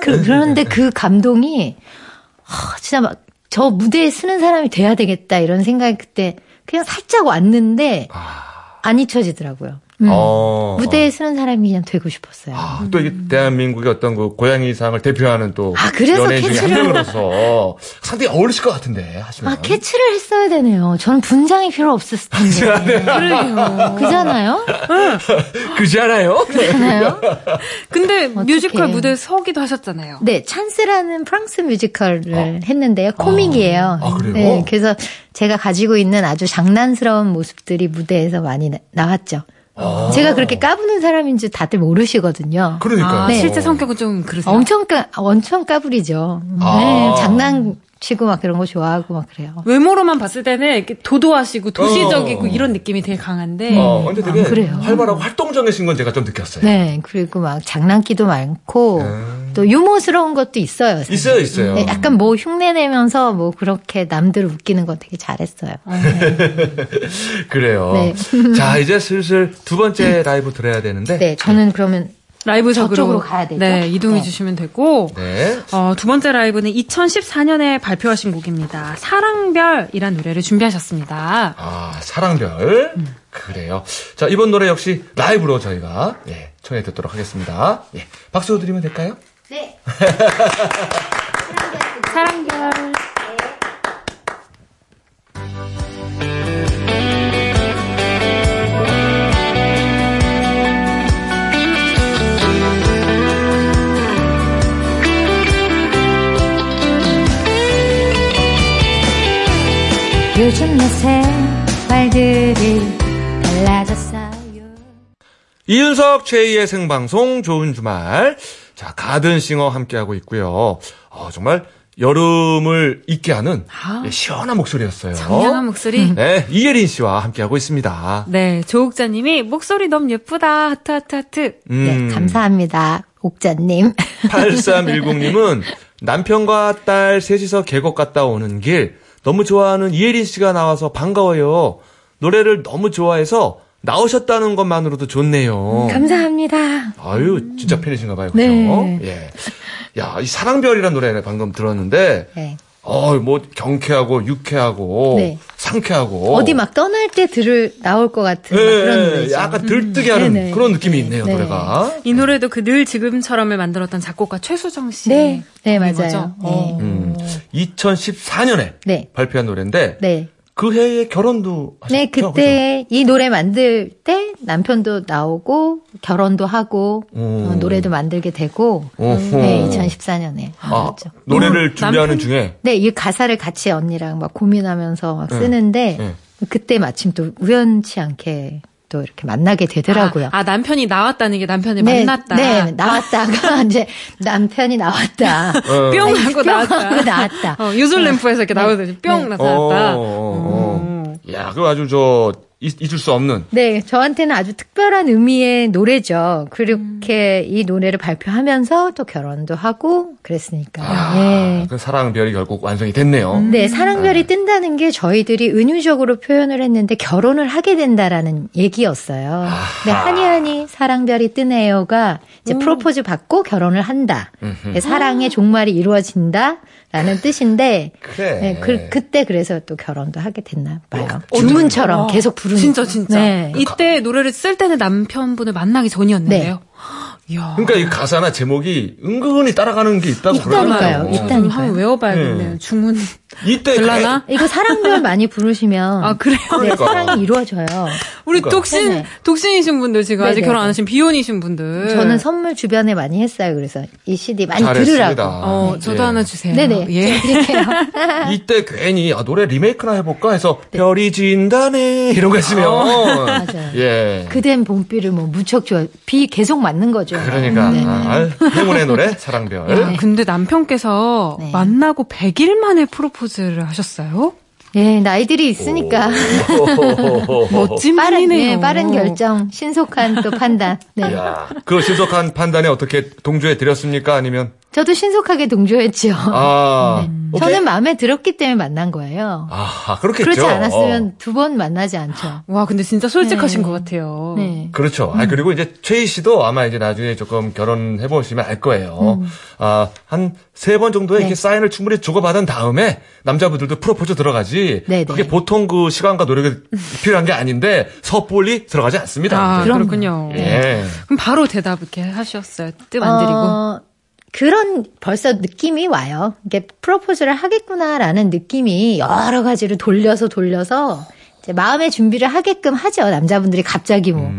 S2: 네.
S4: 그, 그런데 그 감동이 아, 진짜 막 저 무대에 쓰는 사람이 돼야 되겠다 이런 생각이 그때 그냥 살짝 왔는데 안 잊혀지더라고요. 음.
S2: 아. 어.
S4: 무대에 쓰는 사람이 그냥 되고 싶었어요.
S2: 아, 또 이게 대한민국의 어떤 그 고양이상을 대표하는 또
S4: 아, 그래서
S2: 연예인 중에 한
S4: 캐치를-
S2: 명으로서 상당히 어울리실 것 같은데 하시면
S4: 아, 캐치를 했어야 되네요. 저는 분장이 필요 없었을
S2: [LAUGHS]
S4: 텐데. 그러게요. 그잖아요?
S2: [LAUGHS] 그지 않아요? 네,
S4: 그잖아요?
S3: 근데 뮤지컬
S4: 어떡해.
S3: 무대에 서기도 하셨잖아요.
S4: 네, 찬스라는 프랑스 뮤지컬을 했는데요. 코믹이에요.
S2: 아, 그래요?
S4: 네, 그래서 제가 가지고 있는 아주 장난스러운 모습들이 무대에서 많이 나, 나왔죠. 제가 그렇게 까부는 사람인지 다들 모르시거든요.
S2: 아. 그러니까
S3: 아,
S2: 요
S3: 실제 성격은 좀 그렇죠. 그러세요.
S4: 네. 엄청 까, 엄청 까불이죠.
S2: 아.
S4: 네, 장난치고 막 그런 거 좋아하고 막 그래요.
S3: 외모로만 봤을 때는 이렇게 도도하시고 도시적이고
S2: 어.
S3: 이런 느낌이 되게 강한데
S2: 어, 근데 되게
S4: 아, 그래요?
S2: 활발하고 활동적이신 건 제가 좀 느꼈어요.
S4: 네, 그리고 막 장난기도 많고
S2: 음.
S4: 또 유머스러운 것도 있어요. 사실.
S2: 있어요, 있어요.
S4: 네, 약간 뭐 흉내내면서 뭐 그렇게 남들 웃기는 거 되게 잘했어요.
S2: 그래요.
S4: 네.
S2: [LAUGHS] 자, 이제 슬슬 두 번째 라이브 들어야 되는데.
S4: 네, 저는 그러면
S3: 라이브적으로
S4: 저쪽으로 가야 되죠?
S3: 네, 이동해
S4: 네.
S3: 주시면 되고
S2: 네.
S3: 어, 두 번째 라이브는 2014년에 발표하신 곡입니다. 사랑별이란 노래를 준비하셨습니다.
S2: 아, 사랑별. 그래요. 자, 이번 노래 역시 라이브로 저희가, 예, 청해 듣도록 하겠습니다. 예, 박수 드리면 될까요?
S4: 네.
S3: 사랑별
S1: 요즘 요새 말들이 달라졌어요.
S2: 이윤석 최희의 생방송 좋은 주말. 자, 가든싱어 함께하고 있고요. 어, 정말 여름을 잊게 하는
S4: 아.
S2: 예, 시원한 목소리였어요.
S3: 청량한 목소리.
S2: 네, 이예린 씨와 함께하고 있습니다.
S3: 네, 조옥자님이 목소리 너무 예쁘다. 하트 하트 하트.
S2: 음.
S4: 네, 감사합니다. [LAUGHS] 옥자님.
S2: 8310님은 남편과 딸 셋이서 계곡 갔다 오는 길 너무 좋아하는 이혜린 씨가 나와서 반가워요. 노래를 너무 좋아해서 나오셨다는 것만으로도 좋네요.
S4: 음, 감사합니다.
S2: 아유, 진짜 팬이신가 봐요. 그죠?
S4: 네.
S2: 예. 야, 이 사랑별이라는 노래를 방금 들었는데
S4: 네.
S2: 어, 뭐 경쾌하고 유쾌하고
S4: 네.
S2: 상쾌하고
S4: 어. 디막 떠날 때 들을 나올 것 같은 막
S2: 예,
S4: 그런 노래죠. 음.
S2: 약간 들뜨게 하는
S4: 네네.
S2: 그런 느낌이 있네요,
S4: 네.
S2: 노래가.
S3: 이 노래도 그 늘 지금처럼을 만들었던 작곡가 최수정 씨.
S4: 네. 네, 맞아요.
S3: 거죠?
S4: 네.
S3: 어.
S2: 음, 2014년에
S4: 네.
S2: 발표한 노래인데
S4: 네.
S2: 그 해에 결혼도 하셨죠?
S4: 네, 그때 이 노래 만들 때 남편도 나오고 결혼도 하고
S2: 음.
S4: 어, 노래도 만들게 되고
S2: 오호.
S4: 네, 2014년에 그렇죠.
S2: 어. 아, 노래를 준비하는
S3: 남편-
S2: 중에
S4: 네, 이 가사를 같이 언니랑 막 고민하면서 막 쓰는데
S2: 네.
S4: 그때 마침 또 우연치 않게 또 이렇게 만나게 되더라고요.
S3: 아, 아, 남편이 나왔다는 게 남편을
S4: 네,
S3: 만났다.
S4: 네, 나왔다가 이제 남편이
S3: [LAUGHS]
S4: 나왔다.
S2: 어.
S3: 뿅 하고
S4: 뿅 네. 하고 [LAUGHS]
S3: 나왔다.
S4: 나왔다.
S3: 어, 유솔램프에서 이렇게 나오더니 뿅 나타났다.
S2: 어, 어, 어.
S4: 음.
S2: 야, 그거 아주 저 잊- 잊을 수 없는
S4: 네, 저한테는 아주 특별한 의미의 노래죠. 그렇게
S3: 음.
S4: 이 노래를 발표하면서 또 결혼도 하고 그랬으니까.
S2: 아,
S4: 예.
S2: 그 사랑별이 결국 완성이 음. 됐네요.
S4: 네, 사랑별이 뜬다는 게 저희들이 은유적으로 표현을 했는데 결혼을 하게 된다라는 얘기였어요. 근데 한이한이 사랑별이 뜨네요가
S2: 음.
S4: 이제 프로포즈 받고 결혼을 한다. 네, 사랑의 종말이 이루어진다라는 뜻인데
S2: 아. 그래.
S4: 네, 그, 그때 그래서 또 결혼도 하게 됐나
S2: 어,
S4: 봐요. 어, 주문처럼 계속 부르는.
S3: 어. 진짜 진짜.
S4: 네.
S3: 이때 노래를 쓸 때는 남편분을 만나기 전이었는데요.
S4: 네.
S3: 이야.
S2: 그러니까 이 가사나 제목이 은근히 따라가는 게 있다고
S4: 있다니까요.
S2: 그러잖아요.
S4: 있다니까요.
S3: 좀 한번 외워봐야겠네요.
S2: 네.
S3: 주문
S2: 이때
S3: 들라나?
S4: 이거 사랑별 많이
S2: [LAUGHS]
S4: 부르시면
S3: 아 그래요.
S4: 네,
S2: 그러니까.
S4: 사랑이 이루어져요.
S3: 우리
S2: 그러니까.
S3: 독신
S4: 네네.
S3: 독신이신 분들 지금 아직
S4: 네네.
S3: 결혼 안 하신 비혼이신 분들.
S4: 저는 선물 주변에 많이 했어요. 그래서 이 CD 많이
S2: 네. 잘했습니다.
S4: 들으라고.
S3: 어
S2: 예.
S3: 저도 하나 주세요.
S4: 네네.
S3: 예.
S4: 드릴게요.
S2: 이때 괜히 아 노래 리메이크나 해볼까 해서
S4: 네.
S2: 별이 진다네 이런 거 했으면
S4: 맞아요.
S2: [LAUGHS] 예
S4: 어. 그댄 봄비를 뭐 무척 좋아. 비 계속 맞는 거죠.
S2: 그러니까
S4: 네.
S2: 아, 행운의 노래 사랑별
S3: 아, 근데 남편께서
S4: 네.
S3: 만나고 100일 만에 프로포즈를 하셨어요?
S4: 예, 나이들이 있으니까.
S3: 멋진
S4: [LAUGHS] 빠른,
S3: 분이네요.
S4: 예, 빠른 결정, 신속한 또 판단. 네.
S2: 야, 그 신속한 판단에 어떻게 동조해 드렸습니까? 아니면
S4: 저도 신속하게 동조했죠.
S2: 아, 오케이.
S4: 어. 네. 저는 마음에 들었기 때문에 만난 거예요.
S2: 아, 그렇겠죠.
S4: 그렇지 않았으면
S2: 어. 아.
S4: 두 번 만나지 않죠.
S3: 와, 근데 진짜 솔직하신
S4: 네.
S3: 것 같아요.
S4: 네.
S2: 그렇죠. 아, 그리고 이제 최희 씨도 아마 이제 나중에 조금 결혼해 보시면 알 거예요. 아, 한 세 번 정도의 이렇게 사인을 충분히 주고받은 다음에 남자분들도 프로포즈 들어가지.
S4: 네, 네.
S2: 그게 보통 그 시간과 노력이 필요한 게 아닌데 섣불리 들어가지 않습니다.
S3: 아,
S2: 이제.
S3: 그렇군요.
S2: 예.
S3: 그럼 바로 대답 이렇게 하셨어요. 뜸 안 들이고.
S4: 어, 그런 벌써 느낌이 와요. 이게 프로포즈를 하겠구나라는 느낌이 여러 가지로 돌려서 돌려서 이제 마음의 준비를 하게끔 하죠. 남자분들이 갑자기 뭐,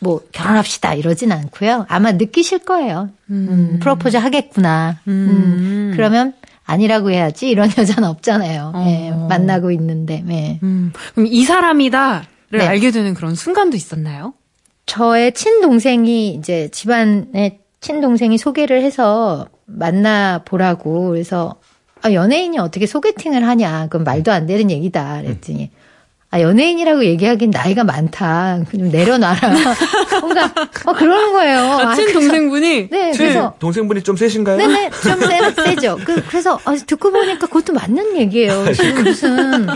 S4: 뭐 결혼합시다 이러진 않고요. 아마 느끼실 거예요. 음, 프로포즈 하겠구나. 음, 그러면 아니라고 해야지 이런 [LAUGHS] 여자는 없잖아요. 예, 만나고 있는데. 예.
S3: 음, 그럼 이 사람이다를
S4: 네.
S3: 알게 되는 그런 순간도 있었나요?
S4: 저의 친동생이 이제 집안에 친동생이 소개를 해서 만나 보라고 그래서 아 연예인이 어떻게 소개팅을 하냐 그건 말도 안 되는 얘기다 그랬더니 아 연예인이라고 얘기하긴 나이가 많다 좀 내려놔라 [LAUGHS] 뭔가 어 그러는 거예요 아,
S3: 아친 동생분이
S4: 네
S2: 최희
S4: 그래서
S2: 동생분이 좀 세신가요?
S4: 네네 좀 세, 세죠 그, 그래서 아, 듣고 보니까 그것도 맞는
S2: 아,
S4: 얘기예요 지금 무슨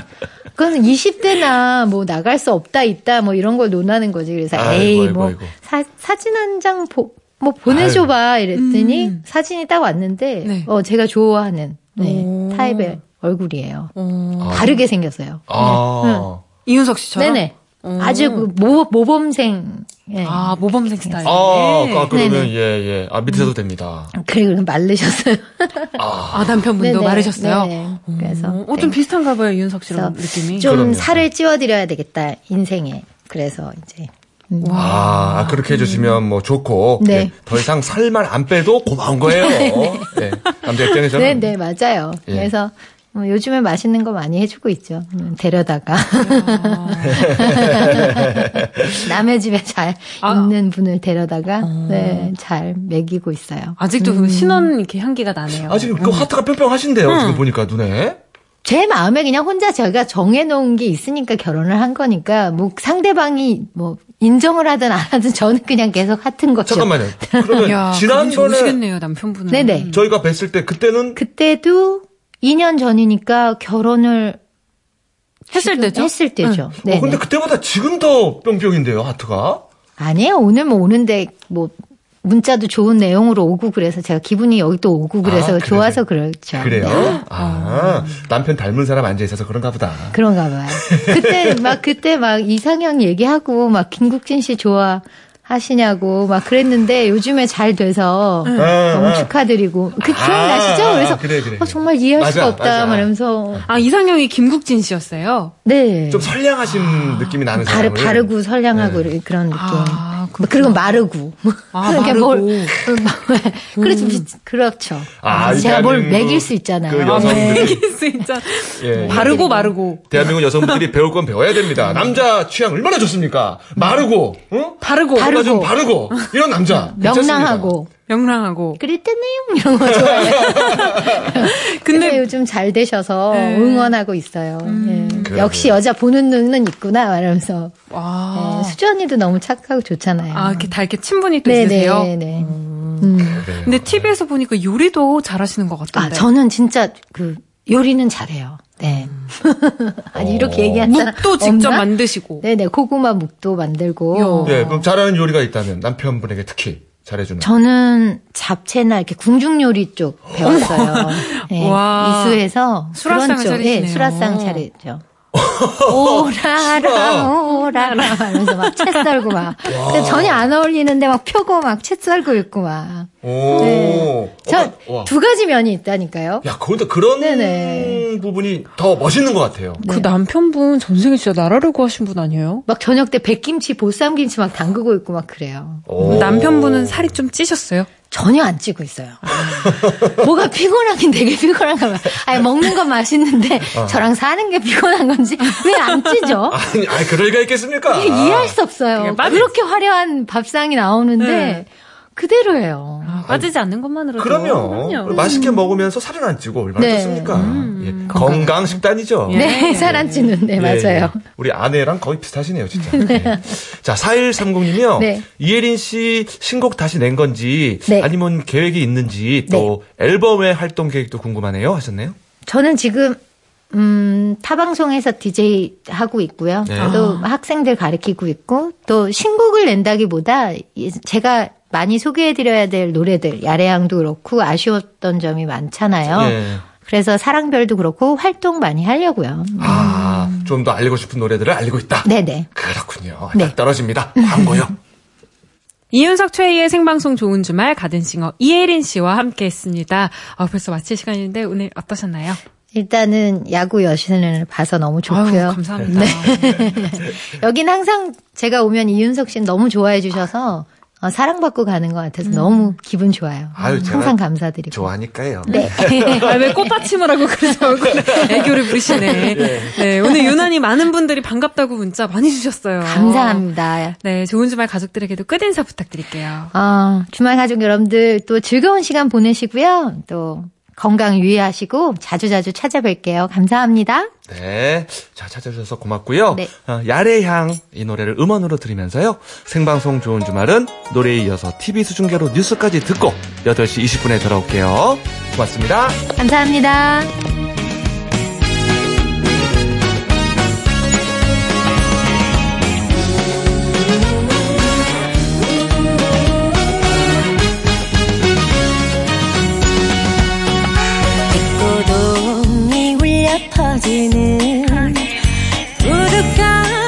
S4: 그건 20대나 뭐 나갈 수 없다 있다 뭐 이런 걸 논하는 거지 그래서 에이
S2: 아이고, 아이고,
S4: 뭐
S2: 아이고.
S4: 사, 사진 한 장 보, 뭐 보내줘봐 이랬더니
S3: 음.
S4: 사진이 딱 왔는데
S3: 네.
S4: 어 제가 좋아하는 네,
S3: 오.
S4: 타입의 얼굴이에요.
S3: 어,
S4: 다르게 생겼어요.
S2: 아.
S3: 이윤석 씨처럼.
S4: 네네.
S3: 오.
S4: 아주 그 모, 모범생. 예.
S3: 아 모범생 스타일.
S2: 아, 아, 그러면
S4: 네네.
S2: 예, 예. 아, 밑에서도 됩니다.
S4: 그리고 말르셨어요.
S2: 음,
S3: 아 남편분도
S4: 네네.
S3: 말하셨어요.
S4: 네네. 그래서
S3: 어, 좀
S4: 네.
S3: 비슷한가 봐요 윤석 씨랑
S4: 그래서
S3: 느낌이.
S4: 좀
S2: 그럼요.
S4: 살을 찌워드려야 되겠다 인생에. 그래서 이제 음.
S2: 아, 아, 그렇게 해주시면 뭐 좋고.
S4: 네.
S2: 예, 더 이상 살만 안 빼도 고마운 거예요. 예, 남자 입장에서는.
S4: 네, 네, 맞아요.
S2: 예.
S4: 그래서 어, 요즘에 맛있는 거 많이 해주고 있죠. 음, 데려다가
S2: 아.
S4: [LAUGHS] 남의 집에 잘
S3: 아. 어.
S4: 있는 분을 데려다가 네, 잘 먹이고 있어요.
S3: 아직도 그 신혼 이렇게 향기가 나네요.
S2: 아, 지금 그 하트가 뿅뿅하신데요. 지금 보니까 눈에.
S4: 제 마음에 그냥 혼자 제가 정해놓은 게 있으니까 결혼을 한 거니까 뭐 상대방이 뭐 인정을 하든 안 하든 저는 그냥 계속 같은 거죠.
S2: 잠깐만요. 음. 그러면
S3: 야, 그분
S2: 지난번에
S3: 좋으시겠네요 남편분은.
S4: 네네.
S2: 저희가 뵀을 때 그때는
S4: 그때도 2년 전이니까 결혼을
S3: 했을
S4: 지금
S3: 때죠.
S4: 했을 때죠.
S2: 어,
S4: 네네.
S2: 근데 그때보다 지금 더 뿅뿅인데요, 하트가.
S4: 아니에요. 오늘 뭐 오는데 뭐 문자도 좋은 내용으로 오고 그래서 제가 기분이 여기 또 오고 그래서
S2: 그래요?
S4: 좋아서 그렇죠.
S2: 그래요?
S4: 네.
S2: 아, 남편 닮은 사람 앉아 있어서 그런가 보다.
S4: 그런가 봐요. 그때 막 그때 막 이상형 얘기하고 막 김국진 씨 좋아. 하시냐고 막 그랬는데 요즘에 잘 돼서
S2: 아,
S4: 너무
S2: 아.
S4: 축하드리고 그 기억나시죠?
S2: 아,
S4: 그래서
S2: 그래, 그래,
S4: 어,
S2: 그래.
S4: 정말 이해할
S2: 맞아,
S4: 수가 없다
S2: 맞아.
S4: 말하면서
S3: 아 이상형이 김국진 씨였어요.
S4: 네 아,
S2: 좀 선량하신 느낌이 나는
S4: 바르,
S2: 사람을. 네.
S4: 바르고 선량하고 그런 느낌
S3: 아, 그렇구나.
S4: 그리고 마르고
S3: 아,
S4: [LAUGHS] 그러니까
S3: 마르고. 음.
S4: 뭘- [LAUGHS] 그렇죠 그렇죠
S2: 아,
S4: 그래서 제가 뭘
S2: 그러니까는
S4: 먹일
S2: 그-
S4: 수 있잖아요 네.
S2: 그
S3: 아,
S2: 여성들이-
S3: [LAUGHS] 매길 수 있잖아.
S2: 예, 예.
S3: 바르고 마르고.
S2: 대한민국 여성분들이 배울 건 배워야 됩니다. 남자 취향 얼마나 좋습니까? 마르고, 응?
S3: 바르고.
S2: 뭔가 좀
S4: 바르고.
S2: 바르고 이런 남자
S4: 명랑하고
S3: 명랑하고.
S4: 그럴 때는 이런 거 좋아해요. 근데
S3: [LAUGHS] 근데
S4: 요즘 잘 되셔서
S3: 네. 음.
S4: 응원하고 있어요. 예.
S2: 그래요.
S4: 역시 여자 보는 눈은 있구나 말하면서
S3: 와.
S4: 예, 수지 언니도 너무 착하고 좋잖아요.
S3: 아, 이렇게 다 이렇게 친분이 또 있으세요?
S4: 네네네. 음.
S2: 괜찮습니다.
S3: 근데 TV에서 보니까 요리도 잘하시는 것
S4: 아
S3: 같던데.
S4: 저는 진짜 그 요리는 잘해요. 네. [LAUGHS] 아니 이렇게
S2: 어.
S4: 얘기한 사람
S3: 음. 묵도 직접
S4: 없나?
S3: 만드시고.
S4: 네네 고구마 묵도 만들고.
S3: 요.
S2: 예, 그럼 잘하는 요리가 있다면 남편분에게 특히 잘해주는.
S4: 저는 잡채나 이렇게 궁중 요리 쪽
S3: [LAUGHS]
S4: 배웠어요. 네,
S3: 와.
S4: 이수에서
S3: 수라상을
S4: 그런 쪽, 예,
S3: 차리시네요.
S4: 수라상 차리죠.
S3: [LAUGHS]
S4: 오라라 오라라 하면서 막 채 썰고 막 근데 전혀 안 어울리는데 막 펴고 막 채 썰고 있고
S2: 오.
S3: 어,
S4: 막 저
S2: 와.
S4: 두 가지 면이 있다니까요.
S2: 야, 그런데 그런
S4: 네네.
S2: 부분이 더 멋있는 것 같아요.
S4: 네.
S3: 그 남편분 전생에 진짜 나라를 구하신 분 아니에요?
S4: 막 저녁 때 백김치, 보쌈김치 막 담그고 있고 막 그래요.
S2: 오.
S3: 남편분은 살이 좀 찌셨어요?
S4: 전혀 안 찌고 있어요. 뭐가 피곤하긴 되게 피곤한가 봐요. 아니 먹는 건 맛있는데 저랑 사는 게 피곤한 건지 왜 안 찌죠?
S2: 아니, 아니 그럴 리가 있겠습니까?
S4: 이게 이해할 수 없어요.
S3: 그냥 빠져
S4: 그렇게 화려한 밥상이 나오는데
S3: 네.
S4: 그대로예요.
S3: 아, 빠지지 않는 것만으로도.
S2: 그럼요. 맛있게 먹으면서 살을 안 찌고 얼마나
S4: 네.
S2: 좋습니까?
S3: 음.
S2: 예, 건강 식단이죠.
S3: 예.
S4: 네, 살 안 찌는, 네,
S2: 예,
S4: 맞아요.
S2: 예. 우리 아내랑 거의 비슷하시네요,
S4: [LAUGHS]
S2: 진짜. 예. 자, 4130님이요.
S4: 네.
S2: 이혜린 씨 신곡 다시 낸 건지
S4: 네.
S2: 아니면 계획이 있는지 또 앨범의 활동 계획도 궁금하네요. 하셨네요.
S4: 저는 지금 음, 타 방송에서 DJ 하고 있고요.
S2: 네.
S4: 또 학생들 가르치고 있고 또 신곡을 낸다기보다 이- 제가 많이 소개해 드려야 될 노래들 야래양도 그렇고 아쉬웠던 점이 많잖아요.
S2: 예.
S4: 그래서 사랑별도 그렇고 활동 많이 하려고요.
S2: 아, 좀 더 알리고 싶은 노래들을 알리고 있다.
S4: 네네.
S2: 그렇군요.
S4: 네.
S2: 딱 떨어집니다. 광고요.
S3: 이윤석 최희의 생방송 좋은 주말 가든싱어 이혜린 씨와 함께했습니다. 아, 벌써 마칠 시간인데 오늘 어떠셨나요?
S4: 일단은 야구 여신을 봐서 너무 좋고요. 네.
S3: 아유, 감사합니다.
S4: 여긴 항상 제가 오면 이윤석 씨는 너무 좋아해 주셔서 어, 사랑받고 가는 것 같아서 너무 기분 좋아요.
S2: 아유, 제가
S4: 항상 감사드리고.
S2: 좋아하니까요.
S4: 네.
S3: 아, 왜 꽃받침을 하고 그래서
S4: [LAUGHS]
S3: 얼굴에 애교를 부리시네. 네, 오늘 유난히 많은 분들이 반갑다고 문자 많이 주셨어요.
S4: 감사합니다.
S3: 네, 좋은 주말 가족들에게도 끝인사 부탁드릴게요.
S4: 어, 주말 가족 여러분들 또 즐거운 시간 보내시고요. 또 건강 유의하시고 자주자주 찾아뵐게요. 감사합니다.
S2: 네. 자, 찾아주셔서 고맙고요.
S4: 네.
S2: 어, 야래향 이 노래를 음원으로 들으면서요. 생방송 좋은 주말은 노래에 이어서 TV 수중계로 뉴스까지 듣고 8시 20분에 돌아올게요. 고맙습니다.
S4: 감사합니다.
S5: 듣고도 이 울려 퍼지는 부득한